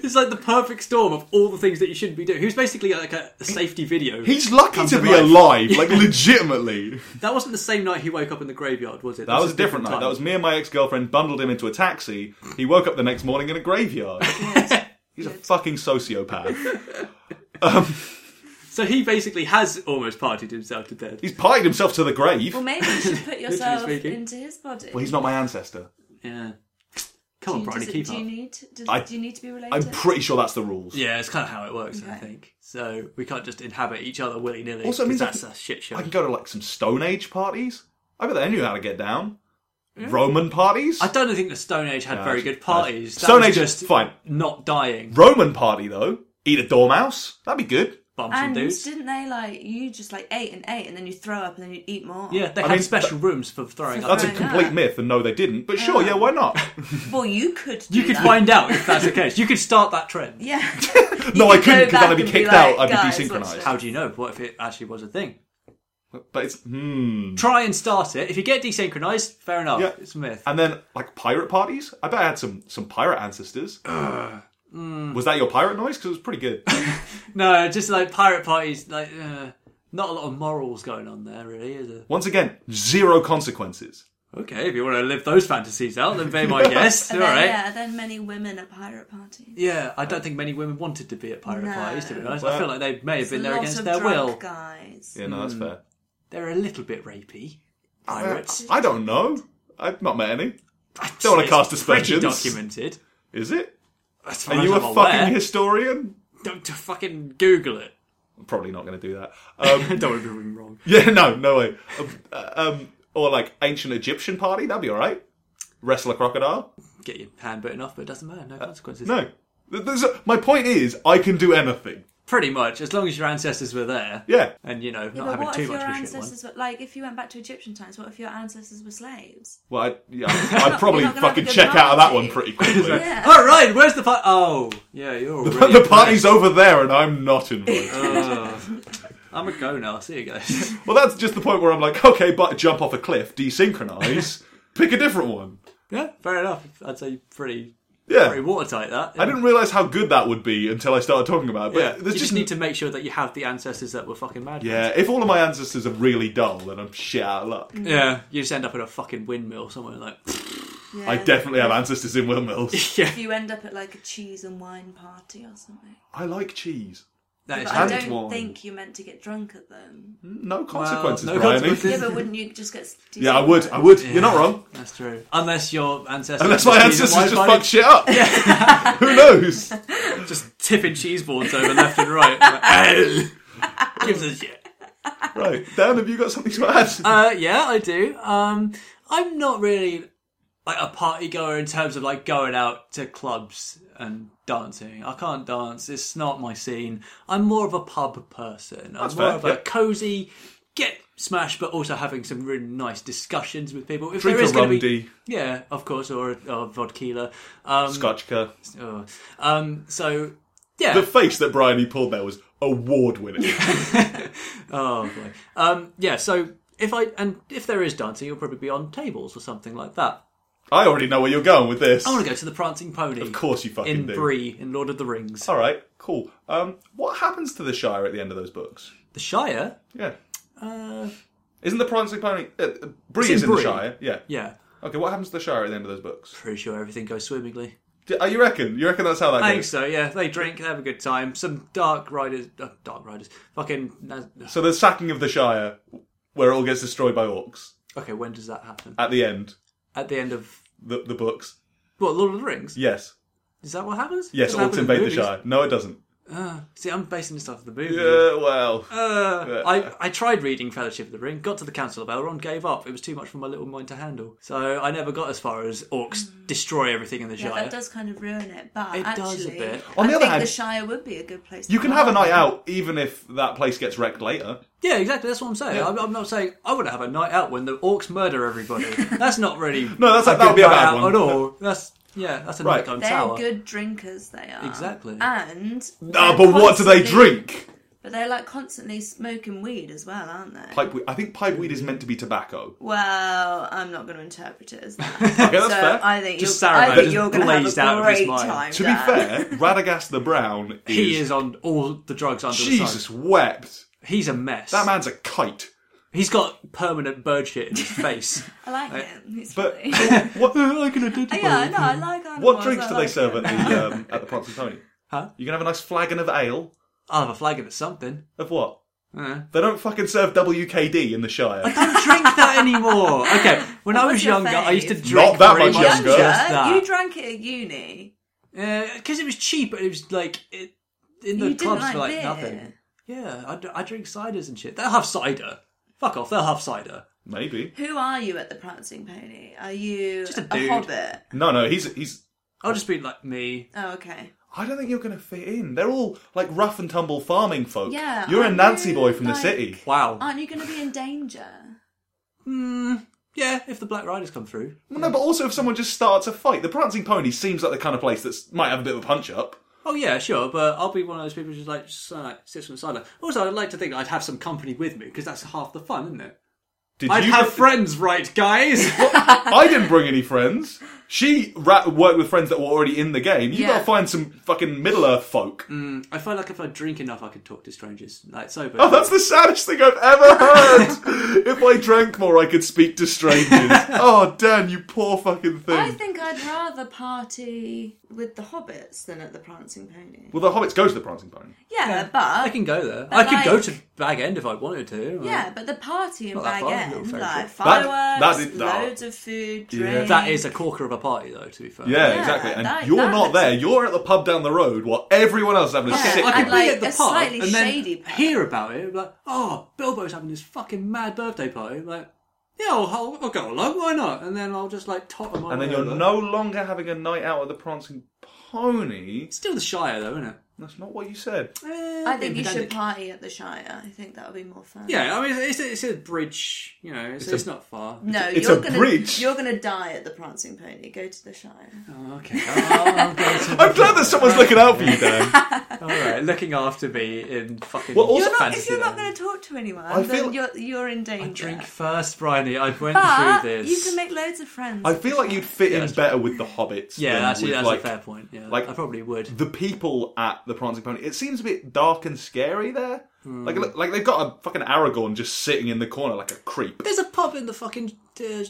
[SPEAKER 2] it's like the perfect storm of all the things that you shouldn't be doing. He was basically like a, a safety video.
[SPEAKER 1] He's lucky
[SPEAKER 2] Comes
[SPEAKER 1] to
[SPEAKER 2] to
[SPEAKER 1] be
[SPEAKER 2] life.
[SPEAKER 1] alive, like legitimately.
[SPEAKER 2] that wasn't the same night he woke up in the graveyard, was it?
[SPEAKER 1] That was a different night. That was me and my ex girlfriend bundled him into a taxi. He woke up the next morning in a graveyard. He's a fucking sociopath.
[SPEAKER 2] So he basically has almost partied himself to death.
[SPEAKER 1] He's partied himself to the grave.
[SPEAKER 3] well, maybe you should put yourself
[SPEAKER 2] speaking.
[SPEAKER 3] into his body.
[SPEAKER 1] Well, he's not my ancestor.
[SPEAKER 2] Yeah. Come on,
[SPEAKER 3] Does
[SPEAKER 2] Bradley,
[SPEAKER 3] it-
[SPEAKER 2] keep
[SPEAKER 3] do
[SPEAKER 2] up.
[SPEAKER 3] you need? Does,
[SPEAKER 1] I-
[SPEAKER 3] do you need to be related?
[SPEAKER 1] I'm pretty sure that's the rules.
[SPEAKER 2] Yeah, it's kind of how it works, I
[SPEAKER 3] Okay.
[SPEAKER 2] think. So we can't just inhabit each other willy nilly.
[SPEAKER 1] Also,
[SPEAKER 2] Also,
[SPEAKER 1] it means I
[SPEAKER 2] that's
[SPEAKER 1] can-
[SPEAKER 2] a shit show.
[SPEAKER 1] I can go to like some Stone Age parties. I bet they knew how to get down. Roman parties.
[SPEAKER 2] I don't think the Stone Age had very good parties. That
[SPEAKER 1] Stone
[SPEAKER 2] was
[SPEAKER 1] Age
[SPEAKER 2] just
[SPEAKER 1] just fine.
[SPEAKER 2] not dying.
[SPEAKER 1] Roman party though. Eat a dormouse. That'd be good.
[SPEAKER 2] Bums and,
[SPEAKER 3] and
[SPEAKER 2] dudes.
[SPEAKER 3] didn't they like you just like ate and ate and then you throw up and then you eat more?
[SPEAKER 2] Yeah, they
[SPEAKER 1] I
[SPEAKER 2] had
[SPEAKER 1] mean,
[SPEAKER 2] special rooms for throwing up.
[SPEAKER 1] That's a
[SPEAKER 3] Why not?
[SPEAKER 1] complete myth, and no, they didn't. But sure, yeah, why not?
[SPEAKER 3] Well, Um, you could. Do
[SPEAKER 2] You could
[SPEAKER 3] that.
[SPEAKER 2] find out if that's the case. You could start that trend.
[SPEAKER 3] Yeah.
[SPEAKER 1] no, I couldn't because
[SPEAKER 3] back
[SPEAKER 1] then I'd be
[SPEAKER 3] and be
[SPEAKER 1] kicked
[SPEAKER 3] like,
[SPEAKER 1] out. I'd
[SPEAKER 3] "Guys,
[SPEAKER 1] be
[SPEAKER 3] what's
[SPEAKER 1] desynchronized.
[SPEAKER 2] How do you know? What if it actually was a thing?
[SPEAKER 1] But it's hmm.
[SPEAKER 2] Try and start it. If you get desynchronized, fair enough.
[SPEAKER 1] Yeah.
[SPEAKER 2] It's a myth.
[SPEAKER 1] And then like pirate parties. I bet I had some some pirate ancestors.
[SPEAKER 2] Mm.
[SPEAKER 1] Was that your pirate noise? Because it was pretty good.
[SPEAKER 2] No, just like pirate parties, like uh, not a lot of morals going on there, really, is it?
[SPEAKER 1] Once again, zero consequences.
[SPEAKER 2] Okay, if you want to live those fantasies out, then be my guest. All
[SPEAKER 3] Are there,
[SPEAKER 2] right.
[SPEAKER 3] Yeah, are there many women at pirate parties?
[SPEAKER 2] Yeah, I don't think many women wanted to be at pirate
[SPEAKER 3] No.
[SPEAKER 2] parties, to be honest. I
[SPEAKER 1] Well-
[SPEAKER 2] feel like they may have been there
[SPEAKER 3] Lots
[SPEAKER 2] against
[SPEAKER 3] of
[SPEAKER 2] their
[SPEAKER 3] drunk
[SPEAKER 2] will.
[SPEAKER 3] guys.
[SPEAKER 1] Yeah, no, that's fair.
[SPEAKER 2] They're a little bit rapey. Pirates.
[SPEAKER 1] I don't know. I've not met any.
[SPEAKER 2] I
[SPEAKER 1] don't wanna cast aspersions.
[SPEAKER 2] documented.
[SPEAKER 1] Is it?
[SPEAKER 2] As far
[SPEAKER 1] Are
[SPEAKER 2] as
[SPEAKER 1] you a
[SPEAKER 2] I'm
[SPEAKER 1] fucking
[SPEAKER 2] aware.
[SPEAKER 1] historian?
[SPEAKER 2] Don't to fucking Google it.
[SPEAKER 1] I'm probably not going to do that. Um,
[SPEAKER 2] don't get me wrong.
[SPEAKER 1] yeah, no, no way. Um, uh, Um, or like ancient Egyptian party. That'd be all right. Wrestle a crocodile.
[SPEAKER 2] Get
[SPEAKER 1] Uh,
[SPEAKER 2] your hand bitten off, but it doesn't matter. No consequences.
[SPEAKER 1] No. Th- there's a- my point is, I can do anything.
[SPEAKER 2] Pretty much, as long as your ancestors were there.
[SPEAKER 1] Yeah.
[SPEAKER 2] And, you know,
[SPEAKER 3] Yeah,
[SPEAKER 2] not
[SPEAKER 3] but
[SPEAKER 2] having
[SPEAKER 3] what
[SPEAKER 2] too
[SPEAKER 3] if
[SPEAKER 2] much of
[SPEAKER 3] your
[SPEAKER 2] a shit one.
[SPEAKER 3] ancestors were like if you went back to Egyptian times? What if your ancestors were slaves?
[SPEAKER 1] Well, I, yeah, I'd probably
[SPEAKER 3] You're not gonna
[SPEAKER 1] fucking
[SPEAKER 3] have a good
[SPEAKER 1] check out of that
[SPEAKER 3] party.
[SPEAKER 1] one pretty quickly.
[SPEAKER 3] Yeah.
[SPEAKER 2] All right, where's the part? Oh, yeah, you're already
[SPEAKER 1] the
[SPEAKER 2] involved.
[SPEAKER 1] party's over there, and I'm not involved.
[SPEAKER 2] I'm a go now. See you guys.
[SPEAKER 1] Well, that's just the point where I'm like, okay, but jump off a cliff, desynchronize, pick a different one.
[SPEAKER 2] yeah, fair enough. I'd say pretty, pretty
[SPEAKER 1] Yeah.
[SPEAKER 2] watertight. That
[SPEAKER 1] I didn't realize how good that would be until I started talking about it. But
[SPEAKER 2] Yeah, you
[SPEAKER 1] there's
[SPEAKER 2] just,
[SPEAKER 1] just
[SPEAKER 2] need to make sure that you have the ancestors that were fucking mad.
[SPEAKER 1] Yeah, if all of my ancestors are really dull, then I'm shit out of luck.
[SPEAKER 2] yeah. You just end up at a fucking windmill somewhere, like
[SPEAKER 3] Yeah.
[SPEAKER 1] I definitely have ancestors in windmills.
[SPEAKER 3] If you end up at like a cheese and wine party or something.
[SPEAKER 1] I like cheese.
[SPEAKER 2] that is
[SPEAKER 3] But I
[SPEAKER 1] and
[SPEAKER 3] don't
[SPEAKER 1] wine.
[SPEAKER 3] think you're meant to get drunk at them.
[SPEAKER 1] No consequences,
[SPEAKER 2] no
[SPEAKER 1] Bryony.
[SPEAKER 2] consequences.
[SPEAKER 3] Yeah, but wouldn't you just get?
[SPEAKER 1] Yeah, I would. I would. You're not wrong.
[SPEAKER 2] That's true. Unless your ancestors,
[SPEAKER 1] Unless my
[SPEAKER 2] just
[SPEAKER 1] ancestors just
[SPEAKER 2] using
[SPEAKER 1] fuck shit up. Who knows?
[SPEAKER 2] Wi-Fi, just tipping cheese boards over left and right. Like, "Ow." Gives a shit.
[SPEAKER 1] Right. Dan, have you got something to add?
[SPEAKER 2] Uh, yeah, I do. Um, I'm not really like a party goer in terms of like going out to clubs and dancing. I can't dance. It's not my scene. I'm more of a pub person. I'm more
[SPEAKER 1] fair,
[SPEAKER 2] of a
[SPEAKER 1] yeah.
[SPEAKER 2] cozy get smashed, but also having some really nice discussions with people. If
[SPEAKER 1] Drink
[SPEAKER 2] there
[SPEAKER 1] a
[SPEAKER 2] is gonna
[SPEAKER 1] rum
[SPEAKER 2] be,
[SPEAKER 1] dee,
[SPEAKER 2] yeah, of course, or a, or a vodka. Um,
[SPEAKER 1] scotchka.
[SPEAKER 2] oh. um, so yeah,
[SPEAKER 1] The face that Bryony pulled there was award winning.
[SPEAKER 2] Oh boy. Um, yeah. So if I and if there is dancing, you'll probably be on tables or something like that.
[SPEAKER 1] I already know where you're going with this.
[SPEAKER 2] I want to go to the Prancing Pony.
[SPEAKER 1] Of course you fucking
[SPEAKER 2] in
[SPEAKER 1] do.
[SPEAKER 2] Bree in Lord of the Rings.
[SPEAKER 1] All right, cool. Um, what happens to the Shire at the end of those books?
[SPEAKER 2] The Shire.
[SPEAKER 1] Yeah.
[SPEAKER 2] Uh,
[SPEAKER 1] Isn't the Prancing Pony... Uh, uh, Bree
[SPEAKER 2] in
[SPEAKER 1] is in the
[SPEAKER 2] Bree.
[SPEAKER 1] Shire. Yeah.
[SPEAKER 2] yeah.
[SPEAKER 1] Okay, what happens to the Shire at the end of those books?
[SPEAKER 2] Pretty sure everything goes swimmingly.
[SPEAKER 1] D- uh, you reckon? You reckon that's how that
[SPEAKER 2] I think
[SPEAKER 1] goes?
[SPEAKER 2] so. Yeah. They drink. They have a good time. Some dark riders. Uh, dark riders. Fucking. uh, na-
[SPEAKER 1] So the sacking of the Shire, where it all gets destroyed by orcs,
[SPEAKER 2] Okay. When does that happen?
[SPEAKER 1] at the end,
[SPEAKER 2] At the end of
[SPEAKER 1] the, the books.
[SPEAKER 2] what Lord of the Rings?
[SPEAKER 1] Yes.
[SPEAKER 2] Is that what happens?
[SPEAKER 1] Yes,
[SPEAKER 2] Doesn't happen
[SPEAKER 1] orcs
[SPEAKER 2] in the
[SPEAKER 1] invade the,
[SPEAKER 2] movies.
[SPEAKER 1] Shire. No, it doesn't.
[SPEAKER 2] See, I'm basing this off of the movie.
[SPEAKER 1] Yeah, well...
[SPEAKER 2] Uh, I, I tried reading Fellowship of the Ring, got to the Council of Elrond, gave up. It was too much for my little mind to handle. So I never got as far as orcs destroy everything in the
[SPEAKER 3] Mm. Yeah,
[SPEAKER 2] Shire.
[SPEAKER 3] that does kind of ruin it, but
[SPEAKER 2] It
[SPEAKER 3] actually,
[SPEAKER 2] does a bit.
[SPEAKER 1] On
[SPEAKER 3] I
[SPEAKER 1] the other
[SPEAKER 3] think
[SPEAKER 1] hand,
[SPEAKER 3] the Shire would be a good place.
[SPEAKER 1] you
[SPEAKER 3] to
[SPEAKER 1] can
[SPEAKER 3] go.
[SPEAKER 1] have a night out, even if that place gets wrecked later.
[SPEAKER 2] Yeah, exactly. That's what I'm saying. I'm, I'm not saying I want to have a night out when the orcs murder everybody. that's not really.
[SPEAKER 1] No, that's-
[SPEAKER 2] a
[SPEAKER 1] that would
[SPEAKER 2] good
[SPEAKER 1] be a
[SPEAKER 2] night
[SPEAKER 1] bad
[SPEAKER 2] out
[SPEAKER 1] one.
[SPEAKER 2] at all. That's yeah, that's a
[SPEAKER 1] Right.
[SPEAKER 2] night on
[SPEAKER 3] They're
[SPEAKER 2] tower.
[SPEAKER 3] good drinkers. They are
[SPEAKER 2] Exactly.
[SPEAKER 3] And
[SPEAKER 1] Ah,
[SPEAKER 3] they're
[SPEAKER 1] but what do they
[SPEAKER 3] constantly-
[SPEAKER 1] drink?
[SPEAKER 3] But they're like constantly smoking weed as well, aren't they?
[SPEAKER 1] Pipe weed. I think pipe weed is meant to be tobacco.
[SPEAKER 3] Well, I'm not going to interpret it as that.
[SPEAKER 1] Okay, that's
[SPEAKER 3] so
[SPEAKER 1] fair.
[SPEAKER 3] I think
[SPEAKER 2] Just
[SPEAKER 3] you're,
[SPEAKER 2] Saruman
[SPEAKER 3] I think
[SPEAKER 2] just
[SPEAKER 3] you're going to have
[SPEAKER 2] blazed
[SPEAKER 3] a
[SPEAKER 2] out of his
[SPEAKER 3] great
[SPEAKER 2] mind.
[SPEAKER 3] time.
[SPEAKER 1] To be
[SPEAKER 3] there.
[SPEAKER 1] fair, Radagast the Brown is,
[SPEAKER 2] He is on all the drugs under the
[SPEAKER 1] Jesus
[SPEAKER 2] sun.
[SPEAKER 1] wept.
[SPEAKER 2] He's a mess.
[SPEAKER 1] That man's a kite.
[SPEAKER 2] He's got permanent bird shit in his face.
[SPEAKER 3] I like him. He's
[SPEAKER 1] But
[SPEAKER 3] funny.
[SPEAKER 1] what,
[SPEAKER 2] I can identify.
[SPEAKER 3] Oh, yeah, no, I like animals.
[SPEAKER 1] what drinks
[SPEAKER 3] I
[SPEAKER 1] do
[SPEAKER 3] like
[SPEAKER 1] they serve at
[SPEAKER 3] them.
[SPEAKER 1] the um, at the Prancing Pony?
[SPEAKER 2] Huh?
[SPEAKER 1] You can have a nice flagon of ale.
[SPEAKER 2] I'll have a flagon of something.
[SPEAKER 1] Of what?
[SPEAKER 2] Uh.
[SPEAKER 1] They don't fucking serve WKD in the Shire.
[SPEAKER 2] don't drink that anymore. Okay, when I
[SPEAKER 3] What's
[SPEAKER 2] was
[SPEAKER 3] your
[SPEAKER 2] younger, I used to
[SPEAKER 3] fave?
[SPEAKER 2] drink
[SPEAKER 1] Not that
[SPEAKER 2] very
[SPEAKER 1] much
[SPEAKER 2] much
[SPEAKER 1] younger.
[SPEAKER 2] just
[SPEAKER 3] You
[SPEAKER 2] that
[SPEAKER 3] drank it at uni.
[SPEAKER 2] because it was cheap. and It was like it, in the
[SPEAKER 3] You didn't
[SPEAKER 2] clubs
[SPEAKER 3] like,
[SPEAKER 2] for like
[SPEAKER 3] beer.
[SPEAKER 2] nothing. Yeah, I, d- I drink ciders and shit. They'll have cider. Fuck off. They'll have cider.
[SPEAKER 1] Maybe.
[SPEAKER 3] Who are you at the Prancing Pony? Are you
[SPEAKER 2] Just a
[SPEAKER 3] a
[SPEAKER 2] dude.
[SPEAKER 3] hobbit?
[SPEAKER 1] No, no. He's he's.
[SPEAKER 2] I'll just be like me.
[SPEAKER 3] Oh, okay.
[SPEAKER 1] I don't think you're gonna fit in. They're all like rough and tumble farming folk.
[SPEAKER 3] Yeah,
[SPEAKER 1] You're a
[SPEAKER 3] aren't
[SPEAKER 1] Nancy
[SPEAKER 3] you,
[SPEAKER 1] boy from the
[SPEAKER 3] like-
[SPEAKER 1] city.
[SPEAKER 2] Wow.
[SPEAKER 3] Aren't you going to be in danger?
[SPEAKER 2] yeah, if the Black Riders come through.
[SPEAKER 1] Well, no, but also if someone just starts a fight, the Prancing Pony seems like the kind of place that might have a bit of a punch up.
[SPEAKER 2] Oh yeah, sure, but I'll be one of those people who's like just, uh, sits on the sideline. Also, I'd like to think I'd have some company with me because that's half the fun, isn't it?
[SPEAKER 1] Did
[SPEAKER 2] I'd
[SPEAKER 1] you
[SPEAKER 2] have
[SPEAKER 1] get-
[SPEAKER 2] friends, right, guys?
[SPEAKER 1] I didn't bring any friends. She ra- worked with friends that were already in the game. You
[SPEAKER 3] Yeah.
[SPEAKER 1] gotta find some fucking Middle Earth folk.
[SPEAKER 2] I feel like if I drink enough, I could talk to strangers like sober.
[SPEAKER 1] Oh, that's the saddest thing I've ever heard. if I drank more, I could speak to strangers. oh, Dan, you poor fucking thing.
[SPEAKER 3] I think I'd rather party with the hobbits than at the Prancing Pony.
[SPEAKER 1] well, the hobbits go to the Prancing Pony.
[SPEAKER 3] Yeah,
[SPEAKER 2] I
[SPEAKER 3] but
[SPEAKER 2] can go there.
[SPEAKER 3] But
[SPEAKER 2] I could go
[SPEAKER 3] like-
[SPEAKER 2] to Bag End if I wanted to. or-
[SPEAKER 3] yeah, but the party in
[SPEAKER 2] Not that
[SPEAKER 3] Bag
[SPEAKER 2] far, little
[SPEAKER 3] End,
[SPEAKER 2] ferry
[SPEAKER 3] like
[SPEAKER 2] trip.
[SPEAKER 1] That-
[SPEAKER 3] fireworks,
[SPEAKER 1] that is- that-
[SPEAKER 3] loads of food,
[SPEAKER 1] Yeah.
[SPEAKER 3] drinks.
[SPEAKER 2] That is a corker of a party, though, to be fair.
[SPEAKER 1] Yeah,
[SPEAKER 3] Yeah,
[SPEAKER 1] exactly. And
[SPEAKER 3] that-
[SPEAKER 1] you're
[SPEAKER 3] that
[SPEAKER 1] not
[SPEAKER 3] looks-
[SPEAKER 1] there. You're at the pub down the road while everyone else is having a
[SPEAKER 3] Yeah,
[SPEAKER 1] sick
[SPEAKER 2] I could
[SPEAKER 3] I'd
[SPEAKER 1] one.
[SPEAKER 2] be
[SPEAKER 3] like
[SPEAKER 2] at the
[SPEAKER 3] a
[SPEAKER 2] pub
[SPEAKER 3] slightly
[SPEAKER 2] and then
[SPEAKER 3] shady pub.
[SPEAKER 2] hear about it. Like, oh, Bilbo's having this fucking mad birthday party. Like, yeah, I'll, I'll, I'll go along. Why not? And then I'll just like tot them.
[SPEAKER 1] And then you're no longer having a night out at the Prancing Pony.
[SPEAKER 2] Still the Shire, though, isn't it? Eh,
[SPEAKER 1] That's not what you said.
[SPEAKER 3] I think you should
[SPEAKER 2] Independent.
[SPEAKER 3] party at the Shire. I think that would be more fun.
[SPEAKER 2] Yeah, I mean, it's, it's a bridge, you know, it's, it's, not far.
[SPEAKER 3] No,
[SPEAKER 1] It's
[SPEAKER 3] you're
[SPEAKER 1] a
[SPEAKER 3] gonna
[SPEAKER 1] bridge.
[SPEAKER 3] you're gonna die at the Prancing Pony. Go to the Shire.
[SPEAKER 2] Oh, okay. I'll, I'll go to
[SPEAKER 1] I'm glad that someone's looking out for you, Dan.
[SPEAKER 2] All right, looking after me in fucking
[SPEAKER 1] Well, also-
[SPEAKER 3] You're not, if
[SPEAKER 2] fantasy
[SPEAKER 3] you're not
[SPEAKER 2] land.
[SPEAKER 3] going to talk to anyone,
[SPEAKER 1] I feel-
[SPEAKER 3] then you're you're in danger.
[SPEAKER 2] Drink first, Bryony. I went
[SPEAKER 3] but
[SPEAKER 2] through this.
[SPEAKER 3] you can make loads of friends.
[SPEAKER 1] I feel like you'd fit in
[SPEAKER 2] that's
[SPEAKER 1] better with the hobbits.
[SPEAKER 2] yeah,
[SPEAKER 1] than
[SPEAKER 2] actually,
[SPEAKER 1] with,
[SPEAKER 2] that's
[SPEAKER 1] like,
[SPEAKER 2] a fair point. Yeah,
[SPEAKER 1] like-
[SPEAKER 2] I probably would.
[SPEAKER 1] the people at the Prancing Pony. It seems a bit dark and scary there. Like,
[SPEAKER 2] Hmm.
[SPEAKER 1] look, like they've got a fucking Aragorn just sitting in the corner like a creep.
[SPEAKER 2] There's a pub in the fucking uh,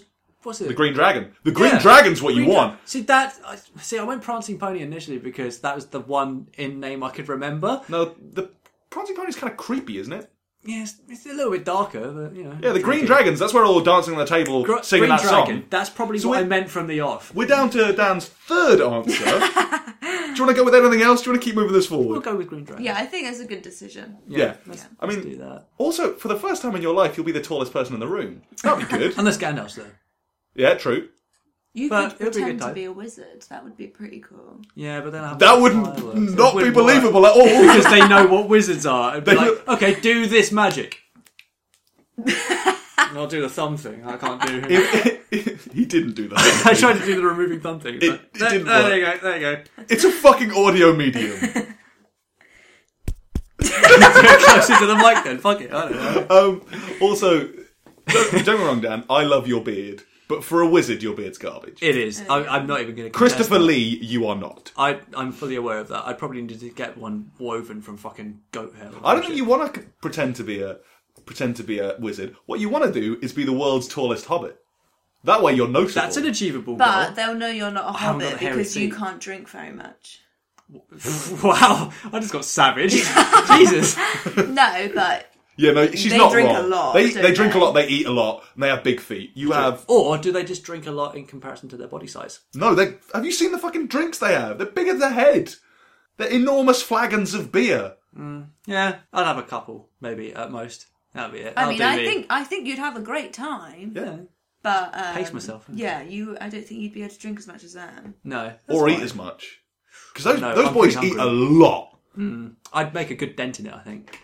[SPEAKER 2] what's it?
[SPEAKER 1] The Green Dragon. The Green
[SPEAKER 2] Yeah.
[SPEAKER 1] Dragon's what you
[SPEAKER 2] Green
[SPEAKER 1] want.
[SPEAKER 2] See that? I, see, I went prancing pony initially because that was the one in name I could remember.
[SPEAKER 1] No, the Prancing Pony's kind of creepy, isn't it?
[SPEAKER 2] Yeah, it's, it's a little bit darker, but you know.
[SPEAKER 1] Yeah, the Green
[SPEAKER 2] Drinking.
[SPEAKER 1] Dragons. That's where they're all dancing on the table,
[SPEAKER 2] Gr-
[SPEAKER 1] singing
[SPEAKER 2] Green
[SPEAKER 1] that
[SPEAKER 2] Dragon.
[SPEAKER 1] song.
[SPEAKER 2] That's probably
[SPEAKER 1] So
[SPEAKER 2] what I
[SPEAKER 1] we-
[SPEAKER 2] meant from the off.
[SPEAKER 1] We're down to Dan's third answer. Do you want to go with anything else? Do you want to keep moving this forward?
[SPEAKER 2] We'll go with Green Dragon.
[SPEAKER 3] yeah, I think that's a good decision.
[SPEAKER 1] Yeah.
[SPEAKER 2] let's-
[SPEAKER 1] I
[SPEAKER 2] let's do
[SPEAKER 1] mean,
[SPEAKER 2] that.
[SPEAKER 1] also, for the first time in your life, you'll be the tallest person in the room. That'd be good.
[SPEAKER 2] Unless Gandalf's though.
[SPEAKER 1] yeah, true.
[SPEAKER 3] You
[SPEAKER 2] But
[SPEAKER 3] could
[SPEAKER 2] it'll be a good
[SPEAKER 3] pretend to
[SPEAKER 2] time.
[SPEAKER 3] be a wizard. That would be pretty cool.
[SPEAKER 2] Yeah, but then I have
[SPEAKER 1] That
[SPEAKER 2] to
[SPEAKER 1] would
[SPEAKER 2] fireworks. It
[SPEAKER 1] not be
[SPEAKER 2] wouldn't work.
[SPEAKER 1] believable at all.
[SPEAKER 2] because they know what wizards are. And be
[SPEAKER 1] They
[SPEAKER 2] like,
[SPEAKER 1] look-
[SPEAKER 2] okay, do this magic. and I'll do the thumb thing. I can't do. It.
[SPEAKER 1] he didn't do that.
[SPEAKER 2] I tried to do the removing thumb thing. But
[SPEAKER 1] It- it
[SPEAKER 2] there,
[SPEAKER 1] didn't
[SPEAKER 2] there you go. There you go.
[SPEAKER 1] It's a fucking audio medium.
[SPEAKER 2] Closer to the mic then. Fuck it. I don't know.
[SPEAKER 1] Um, also, don't, don't get me wrong, Dan. I love your beard, but for a wizard, your beard's garbage.
[SPEAKER 2] It is. I, I'm not even going to.
[SPEAKER 1] Christopher Lee, you are not.
[SPEAKER 2] I, I'm fully aware of that. I probably need to get one woven from fucking goat hair.
[SPEAKER 1] I don't think you want to pretend to be a pretend to be a wizard. What you want to do is be the world's tallest hobbit. That way, you're noticeable.
[SPEAKER 2] That's an achievable
[SPEAKER 3] But
[SPEAKER 2] goal.
[SPEAKER 3] they'll know you're not a
[SPEAKER 2] haven't got
[SPEAKER 3] hobbit
[SPEAKER 2] a hairy
[SPEAKER 3] because you
[SPEAKER 2] feet.
[SPEAKER 3] can't drink very much.
[SPEAKER 2] wow, I just got savage. Jesus.
[SPEAKER 3] No, but
[SPEAKER 1] yeah, no, she's
[SPEAKER 3] They
[SPEAKER 1] not
[SPEAKER 3] drink a
[SPEAKER 1] wrong.
[SPEAKER 3] lot,
[SPEAKER 1] They,
[SPEAKER 3] don't
[SPEAKER 1] they drink
[SPEAKER 3] they?
[SPEAKER 1] a lot. They eat a lot. And they have big feet. You have
[SPEAKER 2] Or do they just drink a lot in comparison to their body size?
[SPEAKER 1] No, they have you seen the fucking drinks they have? They're big as their head. They're enormous flagons of beer.
[SPEAKER 2] Yeah, I'd have a couple, maybe at most. That'd be it.
[SPEAKER 3] I
[SPEAKER 2] That'll
[SPEAKER 3] mean,
[SPEAKER 2] do
[SPEAKER 3] I
[SPEAKER 2] me.
[SPEAKER 3] think I think you'd have a great time.
[SPEAKER 1] Yeah.
[SPEAKER 3] But um,
[SPEAKER 2] Pace myself.
[SPEAKER 3] Yeah, you. I don't think you'd be able to drink as much as them.
[SPEAKER 2] No.
[SPEAKER 1] or
[SPEAKER 2] that's
[SPEAKER 1] eat
[SPEAKER 2] fine.
[SPEAKER 1] as much. Because those,
[SPEAKER 2] No,
[SPEAKER 1] those
[SPEAKER 2] I'm
[SPEAKER 1] boys
[SPEAKER 2] pretty
[SPEAKER 1] eat a
[SPEAKER 2] hungry.
[SPEAKER 1] lot.
[SPEAKER 2] I'd make a good dent in it. I think.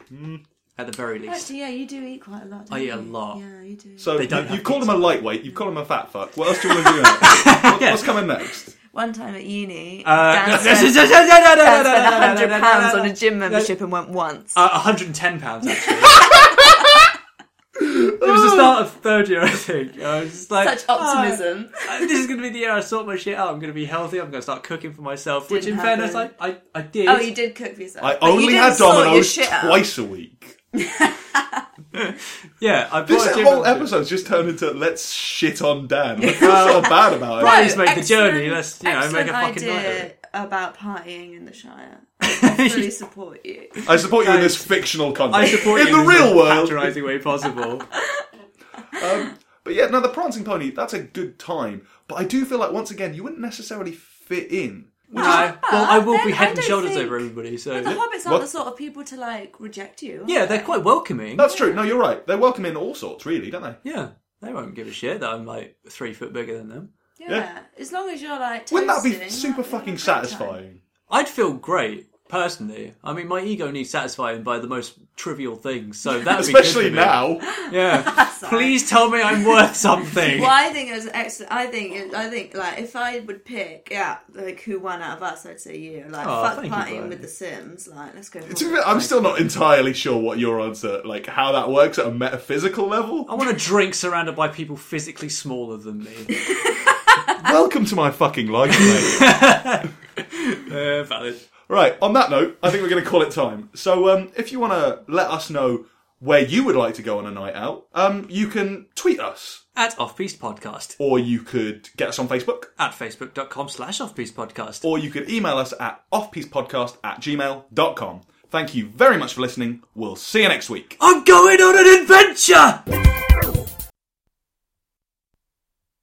[SPEAKER 2] At the very least.
[SPEAKER 3] Actually, yeah, you do eat quite a lot.
[SPEAKER 2] I
[SPEAKER 3] don't
[SPEAKER 2] eat a
[SPEAKER 3] you?
[SPEAKER 2] lot.
[SPEAKER 3] Yeah, you do.
[SPEAKER 1] So
[SPEAKER 2] They don't
[SPEAKER 1] you,
[SPEAKER 2] have
[SPEAKER 1] you've called him
[SPEAKER 2] pizza.
[SPEAKER 1] a lightweight, you've called him a fat fuck. What else do you want to do? next? What- What's coming next?
[SPEAKER 3] One time at uni,
[SPEAKER 2] Uh,
[SPEAKER 3] Dan
[SPEAKER 2] no,
[SPEAKER 3] spent,
[SPEAKER 2] no, no, no, no, no, no, no,
[SPEAKER 3] Dan spent
[SPEAKER 2] no, no, no,
[SPEAKER 3] hundred
[SPEAKER 2] no, no,
[SPEAKER 3] pounds
[SPEAKER 2] no,
[SPEAKER 3] on
[SPEAKER 2] no.
[SPEAKER 3] a gym membership and went once.
[SPEAKER 2] Uh, 110 pounds actually. it was the start of third year, I think. I was just like,
[SPEAKER 3] Such optimism.
[SPEAKER 2] "Oh, this is going to be the year I sort my shit out. I'm going to be healthy. I'm going to start cooking for myself. Which, in
[SPEAKER 3] Didn't
[SPEAKER 2] fairness, I,
[SPEAKER 3] happen.
[SPEAKER 2] I, I did.
[SPEAKER 3] Oh, you did cook for yourself.
[SPEAKER 1] I
[SPEAKER 3] But you
[SPEAKER 1] only
[SPEAKER 3] didn't
[SPEAKER 1] had
[SPEAKER 3] sort your
[SPEAKER 1] Domino's
[SPEAKER 3] shit out.
[SPEAKER 1] twice a week.
[SPEAKER 2] Yeah, I bought
[SPEAKER 1] This
[SPEAKER 2] a gym
[SPEAKER 1] whole
[SPEAKER 2] membership.
[SPEAKER 1] episode's just turned into let's shit on Dan. I feel so bad about it.
[SPEAKER 2] Right. Please make the
[SPEAKER 3] excellent-
[SPEAKER 2] journey, let's, you know, make
[SPEAKER 3] excellent
[SPEAKER 2] a fucking night of
[SPEAKER 3] idea
[SPEAKER 2] it.
[SPEAKER 3] about partying in the Shire. I fully support you.
[SPEAKER 1] I support you in this fictional
[SPEAKER 2] I
[SPEAKER 1] context.
[SPEAKER 2] support
[SPEAKER 1] in
[SPEAKER 2] you
[SPEAKER 1] the real world.
[SPEAKER 2] patronising way possible.
[SPEAKER 1] But yeah, no, the prancing pony, that's a good time. But I do feel like once again, you wouldn't necessarily fit in.
[SPEAKER 2] No, well, I will
[SPEAKER 3] then
[SPEAKER 2] be
[SPEAKER 3] I
[SPEAKER 2] head and
[SPEAKER 3] don't
[SPEAKER 2] shoulders
[SPEAKER 3] think-
[SPEAKER 2] over everybody. So
[SPEAKER 3] The hobbits aren't
[SPEAKER 1] What?
[SPEAKER 3] the sort of people to like reject you. are
[SPEAKER 2] yeah,
[SPEAKER 3] they?
[SPEAKER 2] they're quite welcoming.
[SPEAKER 1] That's true. No, you're right. They welcome in all sorts, really, don't they?
[SPEAKER 2] Yeah, they won't give a shit that I'm like three foot bigger than them.
[SPEAKER 3] yeah. As long as you're like,
[SPEAKER 1] Wouldn't that be
[SPEAKER 3] toasting,
[SPEAKER 1] super
[SPEAKER 3] that'd be a
[SPEAKER 1] fucking
[SPEAKER 3] great time.
[SPEAKER 1] satisfying?
[SPEAKER 2] I'd feel great personally. I mean, my ego needs satisfying by the most trivial things, so that would
[SPEAKER 1] Especially
[SPEAKER 2] be good
[SPEAKER 1] now.
[SPEAKER 2] for me. Yeah, please tell me I'm worth something.
[SPEAKER 3] Well, I think it was excellent. I think it, I think like if I would pick, yeah, like who won out of us, I'd say you. Like
[SPEAKER 2] Oh,
[SPEAKER 3] fuck
[SPEAKER 2] thank you,
[SPEAKER 3] partying
[SPEAKER 2] Brian.
[SPEAKER 3] with the Sims. Like let's go.
[SPEAKER 1] To be fair, I'm still not entirely sure what your answer, like how that works at a metaphysical
[SPEAKER 2] I
[SPEAKER 1] level.
[SPEAKER 2] want to drink surrounded by people physically smaller than me.
[SPEAKER 1] Welcome to my fucking life, mate.
[SPEAKER 2] Uh, valid.
[SPEAKER 1] right. On that note, I think we're going to call it time. So, um, if you want to let us know where you would like to go on a night out, um, you can tweet us,
[SPEAKER 2] At Offbeast Podcast.
[SPEAKER 1] or you could get us on Facebook,
[SPEAKER 2] At facebook.com slash Offbeast Podcast.
[SPEAKER 1] or you could email us at offpiecepodcast at gmail.com. Thank you very much for listening. We'll see you next week.
[SPEAKER 2] I'm going on an adventure!